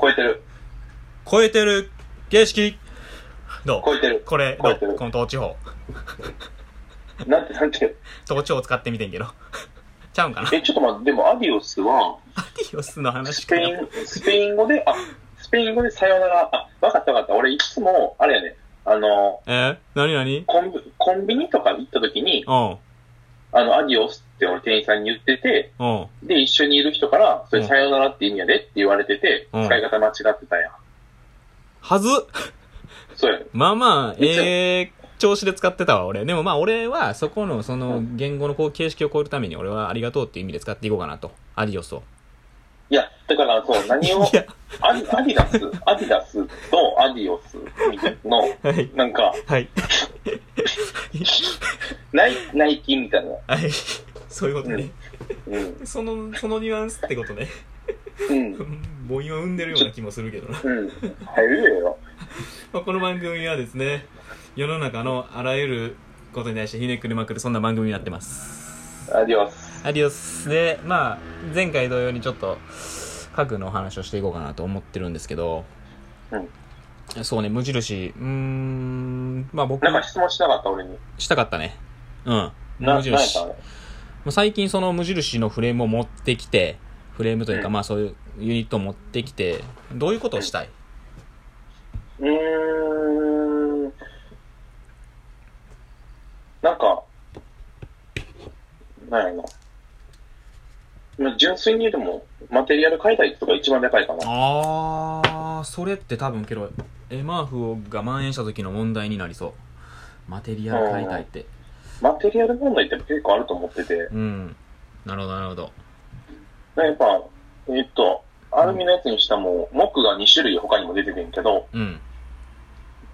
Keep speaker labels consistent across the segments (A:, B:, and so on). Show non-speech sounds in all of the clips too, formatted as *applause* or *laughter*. A: 超えてる。
B: 超えてる形式どう
A: 超えてる。
B: これ、
A: 超
B: ど
A: えて
B: う
A: る
B: この統治法。
A: なんて、なんて。
B: *laughs* 統治法使ってみてんけど。 *laughs* ちゃうんかな
A: え、ちょっと待って、でもアディオスは、
B: アディオスの話
A: ス
B: か
A: ペ
B: よ
A: イン、スペイン語で、あ、スペイン語でさよなら、あ、わかったわかった。俺いつも、あれやね、あの、
B: えなになに
A: コンビコンビニとか行った時に、
B: うん。
A: あの、アディオスって俺店員さんに言ってて、
B: うん。
A: で、一緒にいる人から、それさよならって意味やでって言われてて、
B: うん
A: 使い方間違ってたやん。
B: はず
A: そうやね。
B: まあまあ、
A: めっちゃ
B: ええ調子で使ってたわ、俺。でもまあ、俺は、そこの、その、言語のこう、形式を超えるために、俺は、ありがとうっていう意味で使っていこうかなと。アディオスを。
A: いや、だから、そう、何を、
B: *laughs* いや、
A: アディアディダス、アディダスとアディオスの、
B: はい。
A: なんか、
B: はい。
A: ナイナイキみたいな。
B: はい。そういうことね。
A: うん。
B: その、そのニュアンスってことね。 *laughs*
A: うん。
B: 母音を生んでるような気もするけどな。
A: うん。入るよ。
B: まあ、この番組はですね、世の中のあらゆることに対してひねくりまくる、そんな番組になってます。
A: アディオス。
B: アディオスで、まあ、前回同様にちょっと、核のお話をしていこうかなと思ってるんですけど、そうね、無印。うーん、まあ僕
A: なんか質問しなかった俺に。
B: したかったね。うん。
A: な、
B: 無
A: 何やっ
B: 印。
A: た
B: も
A: の
B: う最近その無印のフレームを持ってきて、フレームというか、
A: うん
B: まあそういうユニットを持ってきて、どういうことをしたい、
A: うーん。なんか、なんやな。まあ、純粋にでも、マテリアル解体とか一番でかいかな。
B: あー、それって多分けど、エマーフをが蔓延した時の問題になりそう。マテリアル解体って。
A: マテリアル問題って結構あると思ってて、
B: うん。なるほど、なるほど。
A: やっぱ、えっと、アルミのやつにしたも、木が2種類他にも出ててんけど、
B: うん。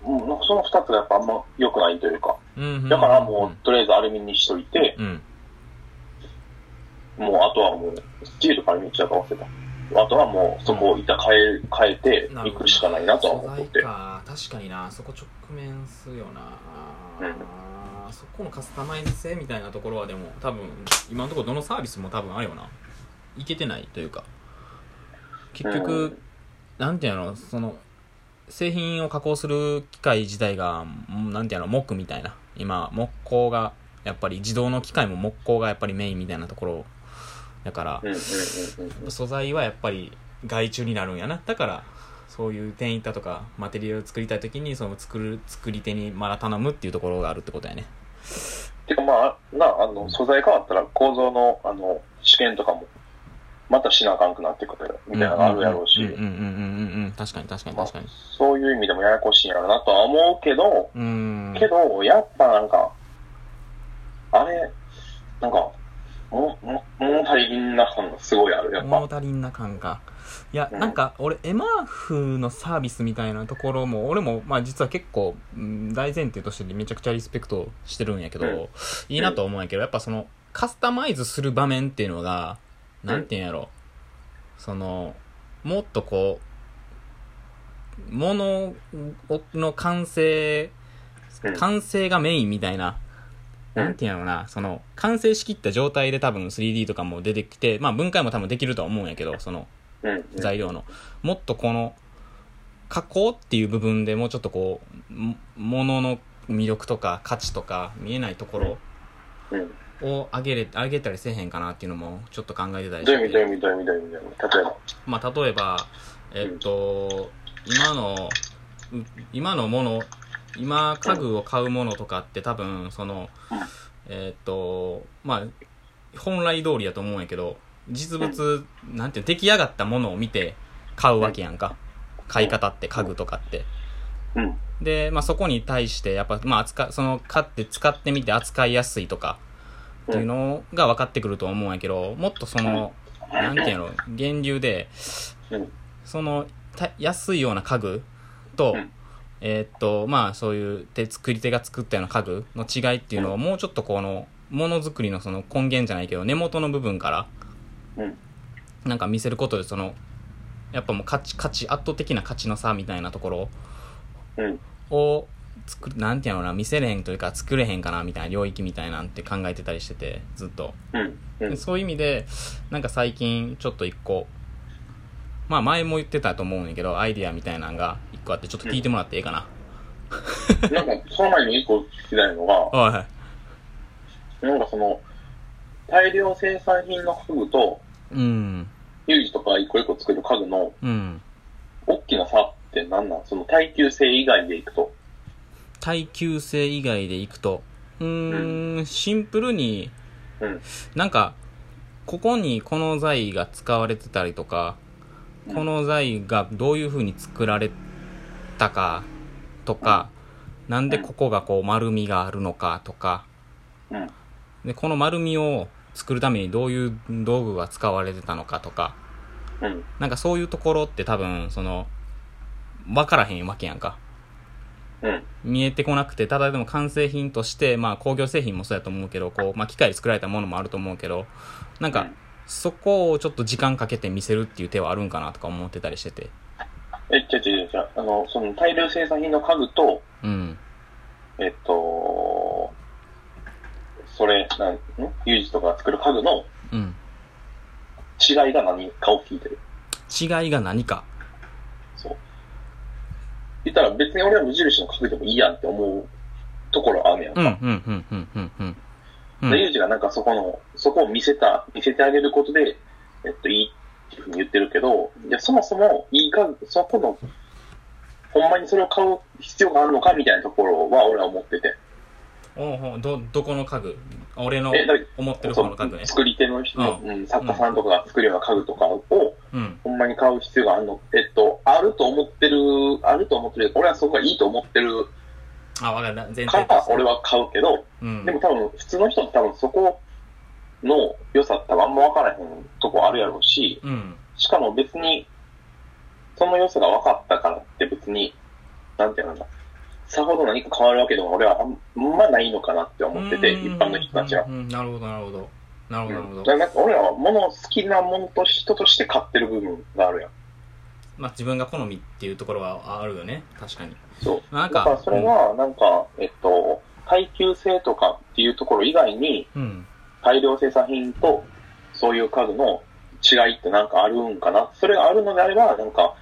A: うん、なんかその2つがやっぱあんま良くないというか、
B: うん。
A: だからもう、とりあえずアルミにしといて、
B: うん。うん。
A: もうあとはもう、スチールから見ちゃうか忘れた。あとはもう、そこを板変え、変えて
B: なる
A: い
B: ほど
A: くしかないなとは思って
B: 素材
A: て。
B: か確かになそこ直面するよな、そこのカスタマイズ性みたいなところはでも多分今のところどのサービスも多分あるよないけてないというか結局、
A: うん
B: なんていうのその製品を加工する機械自体がうんなんていうのモックみたいな今木工がやっぱり自動の機械も木工がやっぱりメインみたいなところだから、
A: うんうん
B: 素材はやっぱり外注になるんやなだからそういう店行ったとかマテリアルを作りたい時にその作る作り手にまだ頼むっていうところがあるってことやね
A: てかまあ、な、あの、素材変わったら構造の、あの、試験とかも、またしなあかんくなってくるみたいなのがあるやろうし、
B: うんうんうんうんうんうん確かに確かに
A: まあ
B: 確かに
A: そういう意味でもややこしいんやろなとは思うけど、
B: うーん
A: けど、やっぱなんか、あれ、なんか、も、も、物足りんな感がすごいある、やっぱ
B: 物。足りんな感がいや
A: うん
B: なんか俺エマーフのサービスみたいなところも俺もまあ実は結構うん大前提としてめちゃくちゃリスペクトしてるんやけど、
A: うん
B: いいなと思うんやけどやっぱそのカスタマイズする場面っていうのがなんていうんやろ、そのもっとこうものの完成
A: うん
B: 完成がメインみたいな、
A: うん
B: なんていうのな、その、完成しきった状態で多分 3D とかも出てきて、まあ分解も多分できるとは思うんやけど、その
A: うん、うん。
B: 材料の。もっとこの、加工っていう部分でもうちょっとこう、もものの魅力とか価値とか見えないところ
A: うん。
B: を上げれ、上げたりせえへんかなっていうのもちょっと考えてたり
A: どう
B: し
A: いう意
B: て
A: 味、どういう意味、どういう意味、どういう意味、どういう意味例えば。
B: まあ例えば、えっと、今の、う今のもの、今家具を買うものとかって多分、その
A: うん、
B: えっと、まあ、本来通りやと思うんやけど、実物、なんていうの出来上がったものを見て買うわけやんか。買い方って、家具とかって。
A: うん。
B: で、まあそこに対して、やっぱ、まあ扱、その、買って使ってみて扱いやすいとか、っていうのが分かってくると思うんやけど、もっとその、なんていうの、源流で、
A: うん。
B: そのた安いような家具と、
A: うん
B: えーっとまあそういう手作り手が作ったような家具の違いっていうのを、もうちょっとこのものづくりのその根源じゃないけど根元の部分から
A: うん。
B: なんか見せることでそのやっぱもう価値価値圧倒的な価値の差みたいなところ
A: うん。
B: を作るなんていうのかな見せれへんというか作れへんかなみたいな領域みたいなんて考えてたりしててずっと。
A: うん。うん。
B: そういう意味でなんか最近ちょっと一個まあ前も言ってたと思うんやけど、アイディアみたいなのが一個あって、ちょっと聞いてもらっていいかな。
A: なんか、その前に一個聞きたいのが、
B: はいはい。
A: なんかその、大量生産品の家具と、
B: うん。
A: ユージとか一個一個作る家具の
B: うん。
A: 大きな差って何なんその耐久性以外でいくと。
B: 耐久性以外でいくと、うーん、シンプルに、
A: うん
B: なんか、ここにこの材が使われてたりとか、
A: うん
B: この材がどういう風に作られたかとか、なんでここがこう丸みがあるのかとか、
A: うん。
B: で、この丸みを作るためにどういう道具が使われてたのかとか、
A: うん。
B: なんかそういうところって多分、その、わからへんわけやんか。
A: うん。
B: 見えてこなくて、ただでも完成品として、まあ工業製品もそうやと思うけど、こう、まあ機械で作られたものもあると思うけど、なん
A: う
B: か
A: ん、
B: そこをちょっと時間かけて見せるっていう手はあるんかなとか思ってたりしてて。
A: え、違う違う違う。あの、その大量生産品の家具と、
B: うん。
A: えっと、それ、なん、んユージとか作る家具の
B: うん。
A: 違いが何かを聞いてる。
B: 違いが何か。
A: そう。言ったら別に俺は無印の家具でもいいやんって思うところあるやんか。
B: うん、うん、うん、うん、うん、うん。う
A: でユ
B: ん
A: ージがなんかそこの、そこを見せた、見せてあげることで、えっと、いいっていうふうに言ってるけど、いや、そもそも、いい家具、そこの、ほんまにそれを買う必要があるのかみたいなところは俺は思ってて。
B: おうほうど、どこの家具俺の
A: えだから
B: 思ってる方の家具ね。
A: 作り手の人の、
B: う
A: うん、作家さんとかが作るような家具とかを、
B: うん。
A: ほんまに買う必要があるの、えっと、あると思ってる、あると思ってる、俺はそこがいいと思ってる
B: あ、わかる。全
A: か
B: 体
A: ら、俺は買うけど、
B: うん
A: で。も多分、普通の人って多分そこの良さ多分あんま分からへんとこあるやろうし、
B: うん。
A: しかも別に、その良さが分かったからって別に、なんていうのかな、さほど何か変わるわけでも俺はあんまないのかなって思ってて、
B: うん
A: 一般の人たちは
B: う。んうんなるほど、なるほど。なるほど、
A: う
B: なるほ
A: ん、だ
B: ど
A: か。らなんか俺らは物を好きなものと人として買ってる部分があるやん。
B: まあ自分が好みっていうところはあるよね。確かに。
A: そう。
B: なん
A: だ
B: か
A: からそれは、なんか、えっと、耐久性とかっていうところ以外に、
B: うん。
A: 大量生産品とそういう家具の違いってなんかあるんかなそれがあるのであれば、なんか、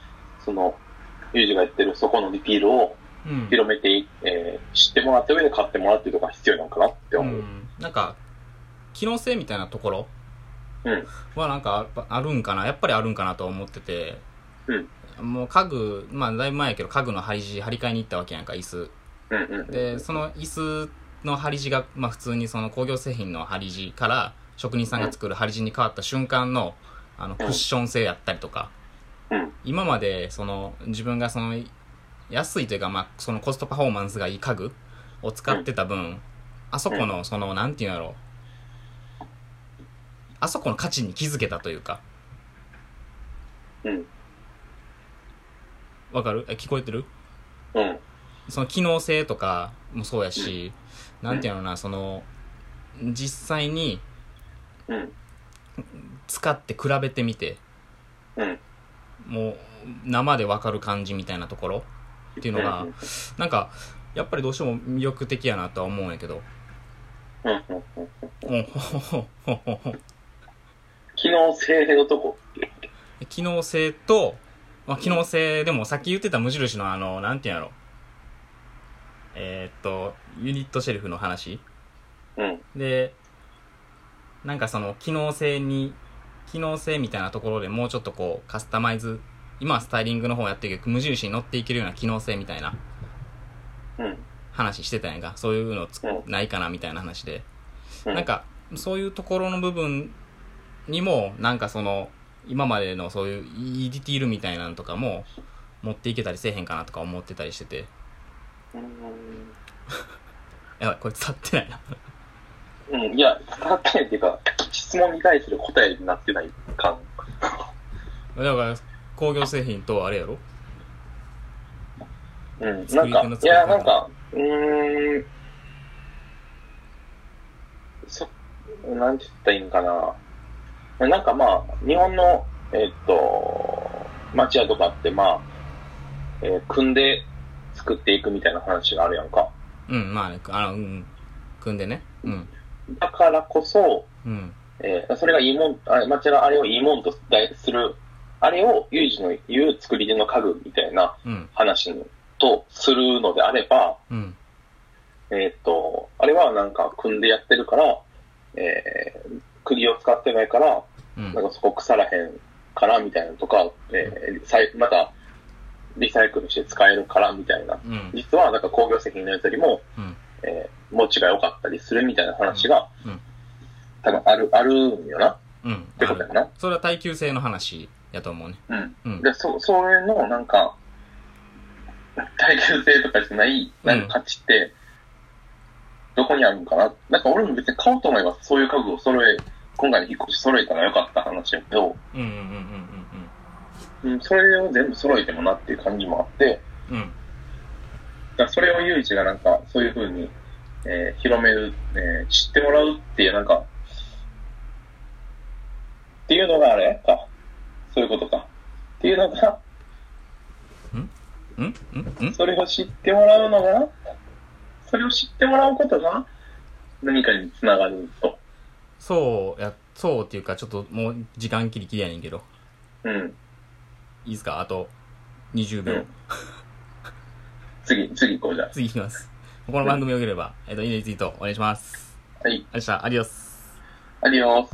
A: その、ユージがやってるそこのリピールを
B: うん。
A: 広めてい、えー知ってもらった上で買ってもらうっていうとこが必要なんかなって
B: う
A: 思う。
B: ん。なんか、機能性みたいなところ
A: うん
B: はなんかああるんかな。やっぱりあるんかなと思ってて。
A: うん
B: もう家具、まあだいぶ前やけど家具の張り地、張り替えに行ったわけやんか、椅子。
A: うんうん。
B: で、その椅子の張り地が、まあ普通にその工業製品の張り地から職人さんが作る張り地に変わった瞬間の、あの、クッション性やったりとか。
A: うん。
B: 今までその自分がその安いというか、まあ、そのコストパフォーマンスがいい家具を使ってた分、あそこのそのなんていうんだろうあそこの価値に気づけたというか
A: うん。
B: わかるえ聞こえてる
A: うん。
B: その機能性とかもそうやし、なんていうのなその実際に
A: うん。
B: 使って比べてみて
A: うん。
B: もう生でわかる感じみたいなところっていうのが、
A: うん
B: なんかやっぱりどうしても魅力的やなとは思うんやけど
A: うんうんうん。
B: うん *laughs* ほほほほほほ
A: 機能性のとこ。
B: 機能性と、まあ、機能性でもさっき言ってた無印のあのなんていうんやろえーっとユニットシェルフの話
A: うん。
B: でなんかその機能性に機能性みたいなところでもうちょっとこうカスタマイズ今はスタイリングの方やってるけど無印に乗っていけるような機能性みたいな
A: うん。
B: 話してたやんかそういうのつ
A: う
B: ないかなみたいな話で
A: うん
B: なんか、そういうところの部分にも、なんかその、今までのそういういいディティールみたいなのとかも、持っていけたりせえへんかなとか思ってたりしてて。
A: うん
B: やばい、これ伝わってないな。
A: うん。いや、伝わってないっていうか、質問に対する答えになってない感。
B: だから、工業製品とあれやろ
A: うん。な
B: 作
A: ん
B: り手の
A: か、い
B: 作り方
A: や、なんか、うーん。そ、なんて言ったらいいんかな。なんかまあ、日本の、えっと、町屋とかってまあ、えー組んで作っていくみたいな話があるやんか。
B: うん、まあね、あの、うん、組んでね。うん、
A: だからこそ、
B: うん、
A: えーそれがいいもん、あ町屋があれをいいもんとするあれをユージの言う作り手の家具みたいな
B: うん。
A: 話とするのであれば、
B: うん。
A: えーっと、あれはなんか組んでやってるから、えー、釘を使ってないから、
B: うん
A: なん。かそこ腐らへんからみたいなのとか、えー、再またリサイクルして使えるからみたいな。
B: うん。
A: 実はなんか工業責任のやつよりも、
B: うん
A: えー、持ちが良かったりするみたいな話が、
B: うんうん
A: 多分ある、あるんよな。っ
B: うん。
A: てことやな。
B: それは耐久性の話やと思うね。
A: うん。
B: うん。
A: で、そ、それのなんか、耐久性とかじゃない、なんか価値って、どこにあるのかな。なんか俺も別に買おうと思えば、そういう家具を揃え、今回の引っ越し揃えたら良かった話やけど、
B: うんうんうん
A: うん、それを全部揃えてもなっていう感じもあって、
B: うんうん。うん。
A: だからそれをユージがなんか、そういう風に、えー広める、えー知ってもらうっていう、なんか、っていうのがあれか。そういうことか。っていうのが、
B: うんうんうん
A: それを知ってもらうのが、それを知ってもらうことが、何かにつながると。
B: そうや、そうっていうか、ちょっともう時間切り切りやねんけど。
A: うん。
B: いいですかあと20秒。
A: うん次、次行こうじゃ
B: 次いきます。この番組をよければ、えっと、いいねツイートお願いします。
A: あ。はい。
B: ありがとうございました。アディオス。
A: アディオス。